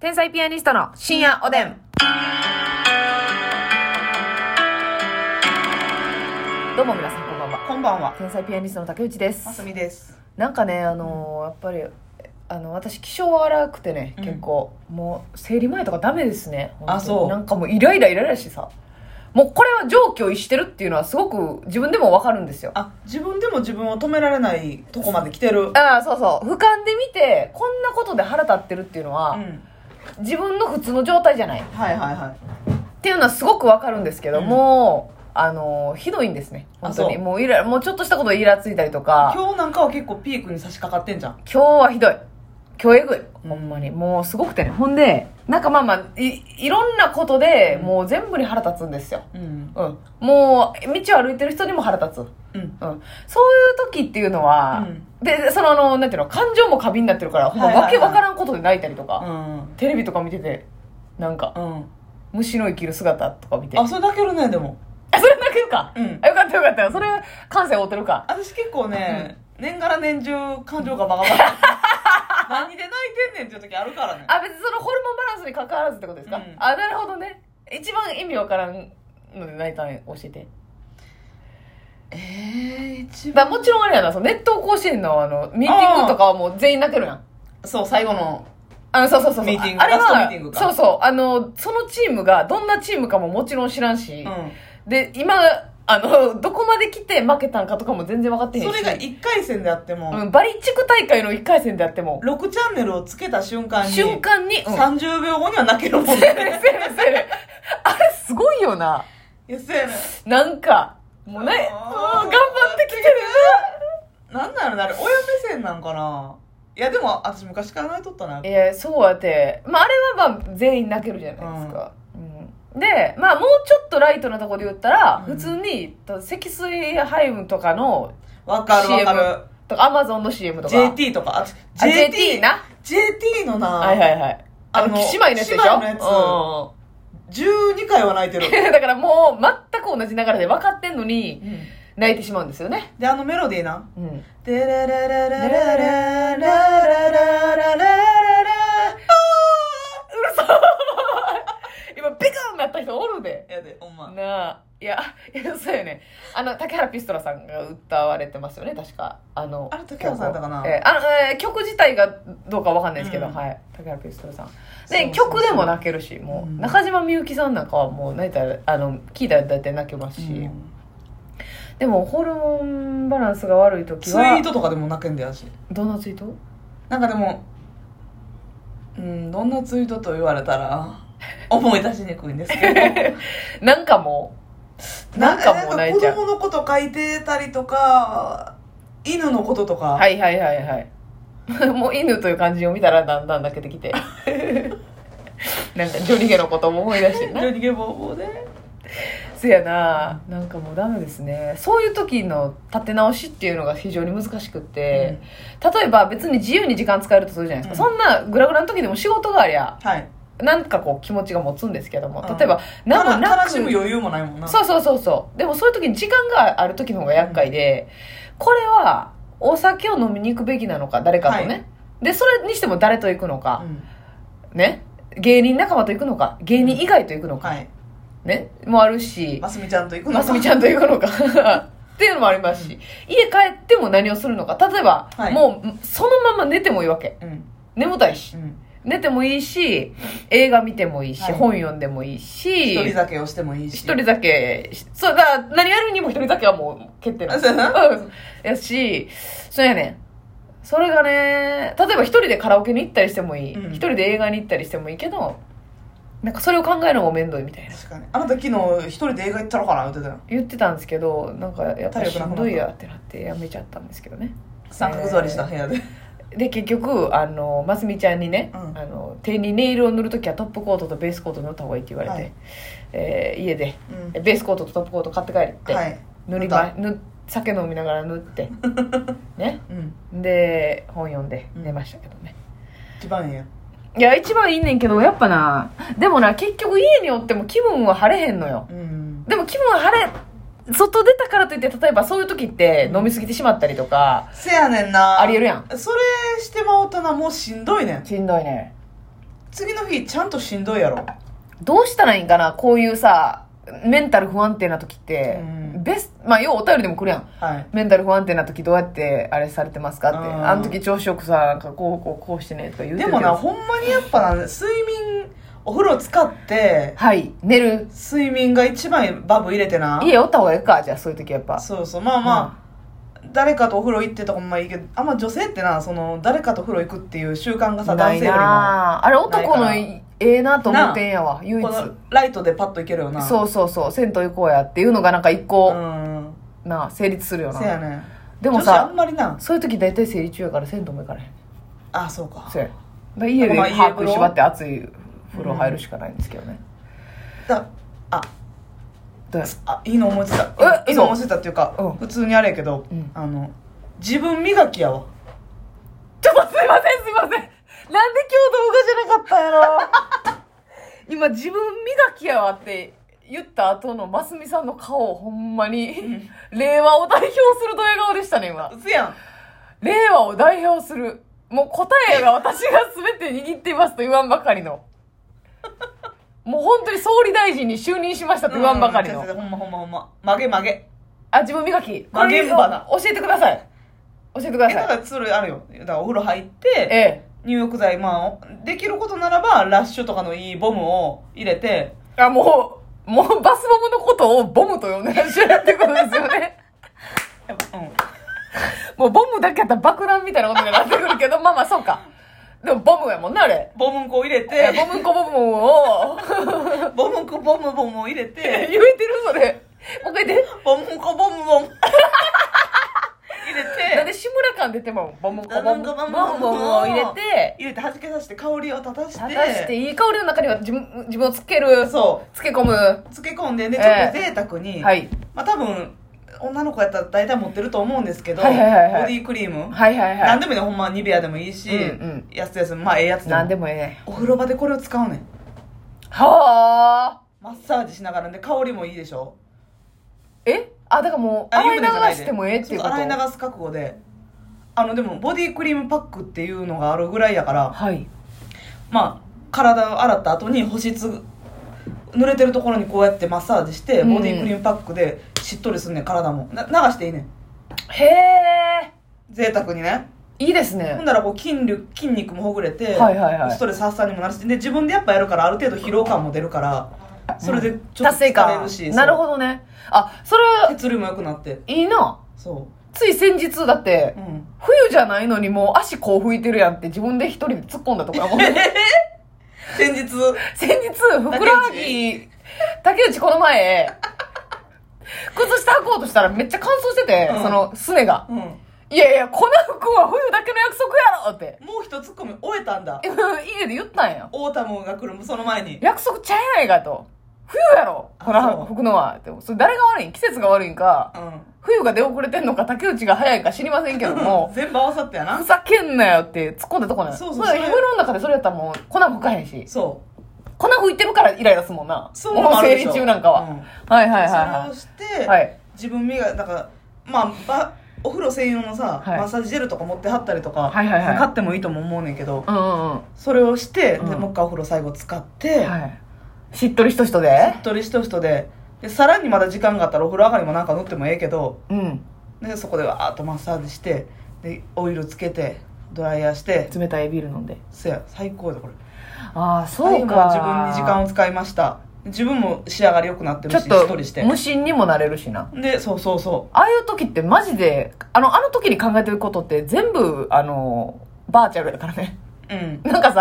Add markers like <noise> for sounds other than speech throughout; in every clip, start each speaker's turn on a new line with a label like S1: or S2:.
S1: 天才ピアニストの深夜おでん。どうも皆さんこんばんは。
S2: こんばんは。
S1: 天才ピアニストの竹内です。
S2: ますみです。
S1: なんかね、あのーやっぱり、あの、私気性荒くてね、
S2: うん
S1: 結構、もう生理前とかダメですね。
S2: あ
S1: 本当に
S2: そう
S1: なんかもうイライライライラしてさ。もうこれは常軌を逸してるっていうのはすごく自分でもわかるんですよ。
S2: あ、自分でも自分を止められないとこまで来てる。
S1: ああ、そうそう。俯瞰で見て、こんなことで腹立ってるっていうの
S2: う
S1: は、
S2: ん。
S1: 自分の普通の状態じゃない。
S2: はいはいはい。
S1: っていうのはすごくわかるんですけど、
S2: うん
S1: もうあのひどいんですね本当に
S2: あそう
S1: もうイラもうちょっとしたことでイラついたりとか今
S2: 今日なんかは結構ピークに差し掛かってんじゃん。
S1: 日はひどい今日えぐい
S2: うん
S1: ほんまに、もうすごくてねほんでなんかまあまあいいろんなことで
S2: うん
S1: もう全部に腹立つんですよ
S2: うん。
S1: うんもう道を歩いてる人にも腹立つ、うん、
S2: うん。
S1: そういう時っていうのは、
S2: うん
S1: でそのあのなんていうの感情も過敏になってるからほんま
S2: はいはい
S1: わ
S2: は
S1: け
S2: い
S1: わからんことで泣いたりとか、
S2: うん。
S1: テレビとか見ててなんか
S2: うん。
S1: 虫の生きる姿とか見て
S2: あ、それだけるね、でも。
S1: あ <laughs> それ泣けるか
S2: うん
S1: あよかったよかったそれ感性合うてるか
S2: 私結構ね、年がら年中感情がバカバ <laughs> カ。何で泣いてんねんっていう時あるからね。
S1: あ別にそのホルモンバランスに関わらずってことですか、
S2: うん
S1: あなるほどね一番意味わからんので泣いたん教えて、
S2: ええー、一
S1: まあ、もちろんあれやなその熱湯甲子園のあのミーティングとかはもう全員泣けるやん
S2: そう、最後の。
S1: あのそうそうそうそう
S2: ミーティング
S1: あれ
S2: ラストミ
S1: は
S2: ーティングか
S1: そうそうあのそのチームがどんなチームかももちろん知らんし、
S2: う
S1: で今あのどこまで来て負けたんかとかも全然分かってへ
S2: ん。
S1: んし
S2: それが1回戦であっても、
S1: うん、バリ地区大会の1回戦であっても
S2: 6チャンネルをつけた瞬間に、
S1: 瞬間に、うん
S2: 30秒後には泣けるもん
S1: せやね <laughs>
S2: ね。
S1: んせやねんせやねんあれすごいよな。
S2: いや、そうやねん。
S1: なんか、もうね、うん
S2: あー
S1: 頑張ってきてる。
S2: なんなのあれ親目線なんかないやでも私昔から泣いとったな
S1: えー、そうやって、まあ、あれはまあ、全員泣けるじゃないですか。うんで、まあ、もうちょっとライトなとこで言ったら、
S2: うん
S1: 普通に、と積水ハイムとかの、
S2: わかるわかる
S1: とか、アマゾンの CM とか。
S2: JT とかあ
S1: あ JT な。
S2: JT のな、
S1: はいはいはい。あの、
S2: あの
S1: 姉妹のやつでしょ
S2: 姉妹のやつ12回は泣いて
S1: うんう
S2: る
S1: んうん <laughs> だからもう、全く同じ流れで分かってんのに、泣いてしまうんですよね。
S2: であのメロディーな
S1: うん。
S2: 「テレレレレレレレレレレレレレ
S1: うるさい <laughs> 今ビカンなった人おるで
S2: やでほんま
S1: なあいやいやそうよねあの竹原ピストラさんが歌われてますよね確かあの
S2: あれ竹原さんやったかな
S1: 曲えーあのえー曲自体がどうかわかんないですけど、
S2: うん
S1: はい竹原ピストラさん
S2: そうそうそ
S1: で
S2: う
S1: 曲でも泣けるしもう、
S2: うん
S1: 中島みゆきさんなんかはもう泣いたらあの聞いたら大体泣けます
S2: う
S1: し、
S2: ん
S1: でもホルモンバランスが悪い時
S2: ツイ
S1: は
S2: ートとかでも泣けんだよし
S1: どんなツイート
S2: なんかでもうんどんなツイートと言われたら思い出しにくいんですけど
S1: なんかもうなんかもう
S2: な
S1: 泣い
S2: んか
S1: ちゃ
S2: 子
S1: う
S2: 供のこと書いてたりとか犬のこととか、
S1: はいはいはいはい。 <laughs> もう犬という漢字を見たらだんだん泣けてき <laughs> て。なんかジョニゲのことも思い出して
S2: 非
S1: な
S2: 常。にゲボウボウで
S1: <laughs> せやな。なんかもうダメですね。そういう時の立て直しっていうのが非常に難しくって、例えば別に自由に時間使えるとするじゃないですか。
S2: う
S1: そんなグラグラの時でも仕事がありゃ、
S2: はい
S1: なんかこう気持ちが持つんですけども、
S2: うん
S1: 例えば、
S2: な
S1: なんもな
S2: 楽しむ
S1: く、
S2: 余裕もないもんな
S1: そうそうそうそう。でもそういう時に時間がある時の方が厄介で、これはお酒を飲みに行くべきなのか、誰かとね。
S2: はい
S1: で、それにしても誰と行くのか。
S2: うん
S1: ね芸人仲間と行くのか芸人以外と行くのか、
S2: はい
S1: ねもあるし
S2: ますみちゃんと行くのか
S1: ますみちゃんと行く
S2: <laughs>
S1: のかっていうのもありますし、
S2: うん
S1: 家帰っても何をするのか例えば、
S2: はい
S1: もうそのまま寝てもいいわけ
S2: うん
S1: 眠たいし
S2: うん
S1: 寝てもいいし映画見てもいいし、
S2: はい
S1: 本読んでもいいし
S2: 一人酒をしてもいいし
S1: 一人酒しそうだから何やるにも一人酒はもう決定なん
S2: あ
S1: です
S2: そうやな
S1: うんやしそうやねんそれがね例えば一人でカラオケに行ったりしてもいい一、
S2: うん
S1: 人で映画に行ったりしてもいいけどなんかそれを考えるのも面倒いみたいな
S2: 確かにあなた昨日一人で映画行ったのかな言ってたよ
S1: 言ってたんですけどなんかやっぱり
S2: 体力
S1: し
S2: なく
S1: ん
S2: なった
S1: どいやってなってやめちゃったんですけどね
S2: 三角座りした部屋で、
S1: で結局あのますみちゃんにね、
S2: うん
S1: あの手にネイルを塗るときはトップコートとベースコート塗った方がいいって言われて、
S2: はい
S1: えー家でベースコートとトップコート買って帰って、
S2: はい
S1: 塗りま塗酒飲みながら塗って
S2: <laughs>
S1: ね
S2: うん
S1: で本読んで寝ましたけどね、
S2: 一番ええやん
S1: いや一番いいねんけどやっぱなでもな結局家におっても気分は晴れへんのよ
S2: うん
S1: でも気分は晴れ外出たからといって例えばそういう時って
S2: うん
S1: 飲みすぎてしまったりとか、
S2: せやねんな
S1: ありえるやん
S2: それしてまうとなもうしんどいねん
S1: しんどいね
S2: 次の日ちゃんとしんどいやろ
S1: どうしたらいいんかなこういうさ、メンタル不安定な時って、
S2: うん
S1: ベスまあ、要はお便りでも来るやん。
S2: はい
S1: メンタル不安定な時どうやってあれされてますかって。
S2: うん
S1: あの時調子よくさ、なんかこうこうこうしてねとか言うて
S2: で
S1: るけ
S2: も
S1: ど
S2: なほんまにやっぱな睡眠お風呂使って
S1: はい、寝る。
S2: 睡眠が一番バブ入れてな
S1: 家おった方がいいか、じゃあそういう時やっぱ。
S2: そうそうまあまあ、誰かとお風呂行ってとかもまあいいけどあんま女性ってなその誰かとお風呂行くっていう習慣がさ男
S1: ない
S2: 性よりも
S1: なああれ男の
S2: ないか
S1: ええなと思ってんやわ、唯一
S2: こ。のライトでパッと行けるよな
S1: そうそうそう、銭湯行こうやっていうのがなんか一
S2: う
S1: 個、
S2: ん
S1: なあ、成立するよ
S2: せや
S1: な。
S2: ね
S1: でも
S2: 女子あ
S1: さ
S2: ん、まりな
S1: そういう時大体生理中やから銭湯も行かれへん。
S2: あそうか
S1: そうやだから家で
S2: まあ
S1: 歯
S2: 家
S1: 食
S2: 風呂
S1: いしばって熱い風呂入るしかないんですけどね、
S2: だあ
S1: どうや
S2: あいいの思いついた
S1: え
S2: いいの思いついたっていうか、
S1: うん
S2: 普通にあれやけど、
S1: うん
S2: あの自分磨きやわ
S1: ちょっとすいませんすいませんなんで今日動画じゃなか
S2: <laughs>
S1: ったんやろ今自分磨きやわって言った後のますみさんの顔ほんまに令和を代表するドヤ顔でしたね今
S2: うつやん
S1: 令和を代表するもう答えが私が全て握っていますと言わんばかりのもう本当に総理大臣に就任しましたと言わんばかりの
S2: うんほんまほんまほんま曲げ曲げ
S1: あ、自分磨き。
S2: まあ現場な
S1: これを教えてください。教えてくだ
S2: えだか
S1: さい。
S2: らツールあるよだからお風呂入って
S1: ええ。
S2: 入浴剤、まあ、できることならば、ラッシュとかのいいボムを入れて、
S1: あ、もう、もうバスボムのことをボムと呼んでらっしゃるってことですよ
S2: <laughs>
S1: ね。
S2: やっぱうん。
S1: もうボムだけやったら爆弾みたいなことになってくるけど、まあまあそうか。でもボムやもんな、あれ。
S2: ボムンコを入れ
S1: いや
S2: て、
S1: ボムンコボムン
S2: <laughs>
S1: を。
S2: ボムンコボムボムを入れ
S1: 言え <laughs>
S2: て、
S1: てるそれ。もう一回言って。
S2: ボムンコボムボ <laughs> ム入
S1: なん
S2: れて、
S1: で志村感出てもボムンコボ
S2: ボ
S1: ム
S2: ムン
S1: ボ
S2: コ
S1: ム
S2: ボム
S1: ボムを入れて、
S2: 入れて弾けさせて香りを立たして、
S1: 果たしていい香りの中には自分自分をつける、
S2: そ
S1: つけ込む。
S2: う、漬け込んでね、ちょ
S1: ええ
S2: っと贅沢に、
S1: はい。
S2: まあ多分、女の子やったら大体持ってると思うんですけど、
S1: はいはいはいはい
S2: ボディークリーム、
S1: はいはいは
S2: 何
S1: い。
S2: でもいいね、ほんまニベアでもいいし、
S1: うん
S2: やつやつ、まあええやつで
S1: なん
S2: も。
S1: でもええね。
S2: お風呂場でこれを使うねん。
S1: はあ。
S2: マッサージしながらで香りもいいでしょ
S1: えあだからもう
S2: あ
S1: 洗い
S2: 湯船じゃない
S1: 流
S2: で
S1: してもええっていうこ
S2: そ
S1: と
S2: 洗い流す覚悟であのでもボディクリームパックっていうのがあるぐらいやから
S1: はい
S2: まあ体を洗った後に保湿濡れてるところにこうやってマッサージして
S1: うん
S2: ボディクリームパックでしっとりすんねん体もな流していいねん
S1: へえ
S2: 贅沢にね
S1: いいです
S2: ほん
S1: ね
S2: だらこう筋力筋肉もほぐれて、
S1: はいはいはい
S2: ストレス発散にもなるしで自分でやっぱやるからある程度疲労感も出るからそれでちょっ
S1: 達
S2: と
S1: 成
S2: 疲れ
S1: 感
S2: るし
S1: なるほ
S2: ど
S1: どねあそれは
S2: 血流も良くなって
S1: いいな
S2: そ
S1: つい先日だって
S2: ううん
S1: 冬じゃないのにもう足こう拭いてるやんって自分で一人で突っ込んだと
S2: <laughs>
S1: かも
S2: 先日
S1: <laughs> 先日ふくらはぎ竹内この前靴下履こうとしたらめっちゃ乾燥してて、
S2: うん
S1: そのすねが
S2: うん
S1: 「いやいやこの服は冬だけの約束やろ!」って
S2: もう一ツッコミ終えたんだ
S1: 家で言ったんや
S2: オータムが来るその前に
S1: 約束ちゃえないかと。冬やろこ
S2: あそ
S1: の
S2: う
S1: 服のは。でも、それ誰が悪いん季節が悪いんか、
S2: う
S1: 冬が出遅れてんのか、竹内が早いか知りませんけど
S2: ん、
S1: も
S2: <laughs> 全部合わさって
S1: ふ
S2: やな
S1: ざけんなよって突っ込んだとこなん
S2: そう
S1: ほ
S2: そう
S1: ら
S2: それ
S1: 夢の中でそれやったらもう、粉吹かへんし。
S2: そ
S1: 粉吹いてるからイライラすもんな。
S2: うそういうのもある
S1: 生
S2: でし
S1: 理
S2: ょ
S1: 中なんかは。
S2: うん
S1: はいはいは
S2: それをして、
S1: いはい。はい。
S2: 自分磨いだからまあばお風呂専用のさ、
S1: はい
S2: マッサージジェルとか持ってはったりとか、
S1: はいはいはい
S2: 買ってもいいとも思うねんけど
S1: うんうんうん。
S2: それをして、
S1: うん
S2: でもう一回お風呂最後使って、
S1: はい。しっとりしとしとで
S2: しっ。とりしとしとででさらにまだ時間があったらお風呂上がりもなんか塗ってもええけど
S1: うん。
S2: でそこでわーっとマッサージしてでオイルつけてドライヤーして
S1: 冷たいビール飲んで。
S2: せや最高だこれ
S1: ああ、そう
S2: はいも
S1: か。
S2: 自分に時間を使いました自分も仕上がり良くなって
S1: ちょ
S2: る
S1: っ
S2: ししっと
S1: と
S2: りして、
S1: 無心にもなれるしな。
S2: でそうそうそ
S1: ああいう時ってマジで、あの、あの時に考えてることって全部、あの、バーチャルだからね。
S2: ううん
S1: なんかさ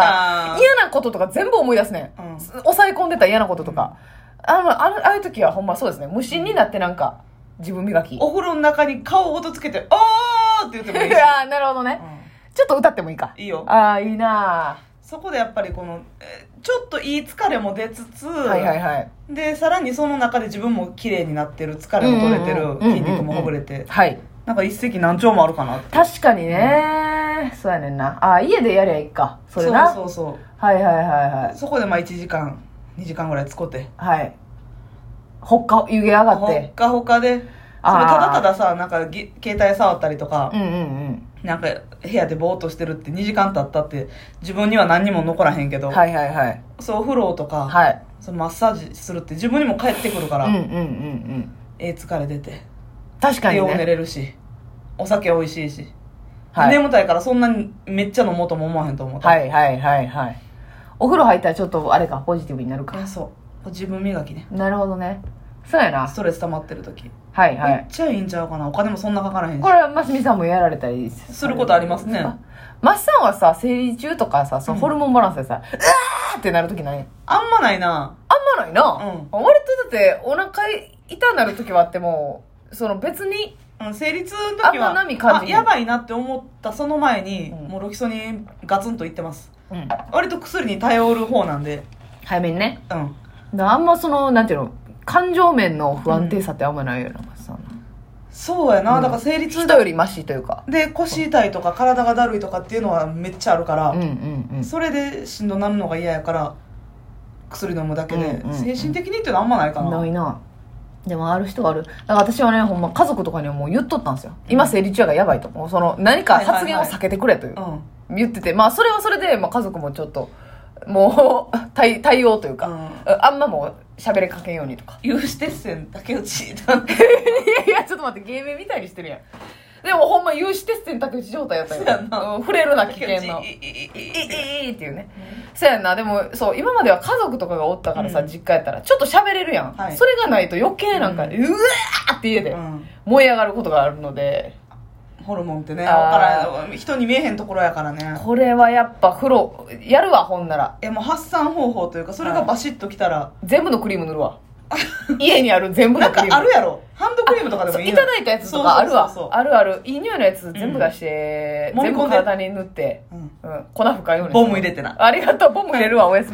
S2: あ、ー
S1: 嫌なこととか全部思い出すね
S2: うん
S1: ん。す抑え込んでた嫌なこととか。あの、あのああいう時はほんまそうですね。無心になってなんか、自分磨き。
S2: お風呂の中に顔ごとつけて「おー!」って言ってもいい
S1: <laughs>
S2: し、
S1: ああ、なるほどね。ちょっと歌ってもいいか
S2: うん。いいよ
S1: ああ、いいな
S2: そこでやっぱりこのえーちょっといい疲れも出つつ、
S1: あはいはいはい。
S2: でさらにその中で自分も綺麗になってる疲れも取れて
S1: うんうんう
S2: る
S1: ん
S2: 筋肉もほぐれて
S1: はい。
S2: なんか一石何鳥もあるかなって
S1: 確かにね。そうやねんな。ああ、家でやりゃいいか。それな。
S2: そうそう
S1: はいはいはい
S2: そ
S1: は
S2: うそこでまあ1時間2時間ぐらい使って
S1: い。はい。ほっか、湯気上がっ
S2: ほ
S1: て
S2: っ。かほかでそれ
S1: あー
S2: ただたださなんかぎ携帯触ったりとか
S1: うんうんうん。
S2: なんか部屋でぼーっとしてるって2時間経ったって自分には何にも残らへんけど、
S1: はいはいはい
S2: そうお風呂とか、
S1: はい
S2: そのマッサージするって自分にも帰ってくるから、
S1: うんうんうんうん
S2: えー疲れ出て
S1: 確かに
S2: よう寝
S1: ね、
S2: れるしお酒美味しいし、
S1: はい、
S2: 眠たいからそんなにめっちゃ飲もうとも思わへんと思った、
S1: はいはいはいはいお風呂入ったらちょっとあれかポジティブになるか
S2: あそう自分磨きね
S1: なるほどねそうやな
S2: ストレス溜まってる時、
S1: はいは
S2: めっ
S1: い
S2: ちゃいいんちゃうかなお金もそんなかからへんし
S1: これはますみさんもやられたりす
S2: することありますね
S1: マッサンはさ生理中とかさその
S2: うん
S1: ホルモンバランスでさ、うわーってなるときないあん
S2: あんまないな
S1: まないな、
S2: うん
S1: 割とだってお腹痛なるときはあってもその別に
S2: うん生理痛の
S1: あん
S2: 時
S1: ま
S2: は
S1: 波感じない
S2: やばいなって思ったその前に、
S1: うん
S2: もうロキソニンガツンといってます
S1: うん
S2: 割と薬に頼る方なんで
S1: 早めにね
S2: うん
S1: だからあんまそのなんていうの感情面の不安定さってあんまないよな、マッサン
S2: そうやな、
S1: うん
S2: だから生理痛
S1: 人よりマシというか
S2: で腰痛いとか体がだるいとかっていうのはめっちゃあるから、
S1: うんうんうん
S2: それでしんどなるのが嫌やから薬飲むだけで、
S1: うんうんうん
S2: 精神的にっていうのはあんまないかな
S1: ないなでもある人はあるだから私はねほんま家族とかにはもう言っとったんですよ今生理中やがやばいともうその何か発言を避けてくれという、
S2: うん
S1: 言っててまあそれはそれで、まあ、家族もちょっともう <laughs> 対対応というか、あんまもう喋れかけんようにとか
S2: 有刺鉄線竹内だ
S1: <laughs>
S2: っ
S1: いやいやちょっと待って芸名みたいにしてるやんでもほんま有刺鉄線竹内状態やったよ
S2: そうやな
S1: うん触れるな危
S2: 竹
S1: 険
S2: 内
S1: のいい
S2: い
S1: いいいっていうねそうやんなでもそう今までは家族とかがおったからさ、実家やったらちょっと喋れるやん、
S2: はい
S1: それがないと余計なんか、う
S2: うん
S1: わーって家で、
S2: うん
S1: 燃え上がることがあるので
S2: ホルモンってね
S1: あー
S2: わからん人に見えへんところやからね
S1: これはやっぱ風呂やるわほんなら
S2: いやもう発散方法というかそれ
S1: は
S2: が
S1: い
S2: バシッときたら、
S1: 全部のクリーム塗るわ家にある全部
S2: な
S1: の
S2: ん
S1: ク
S2: か
S1: リー
S2: あ
S1: ム
S2: るやろハンドクリームとかでも
S1: そう
S2: いい
S1: い
S2: のよ
S1: ただいたやつとかあるわ
S2: そうそうそう
S1: あるあるいい匂いのやつ全部出して、
S2: うん
S1: 全部
S2: 揉み込んで
S1: 体に塗って、
S2: そううん
S1: うん、粉吹かんように
S2: ボム入れてな
S1: ありがとうボム入れるわおやすみ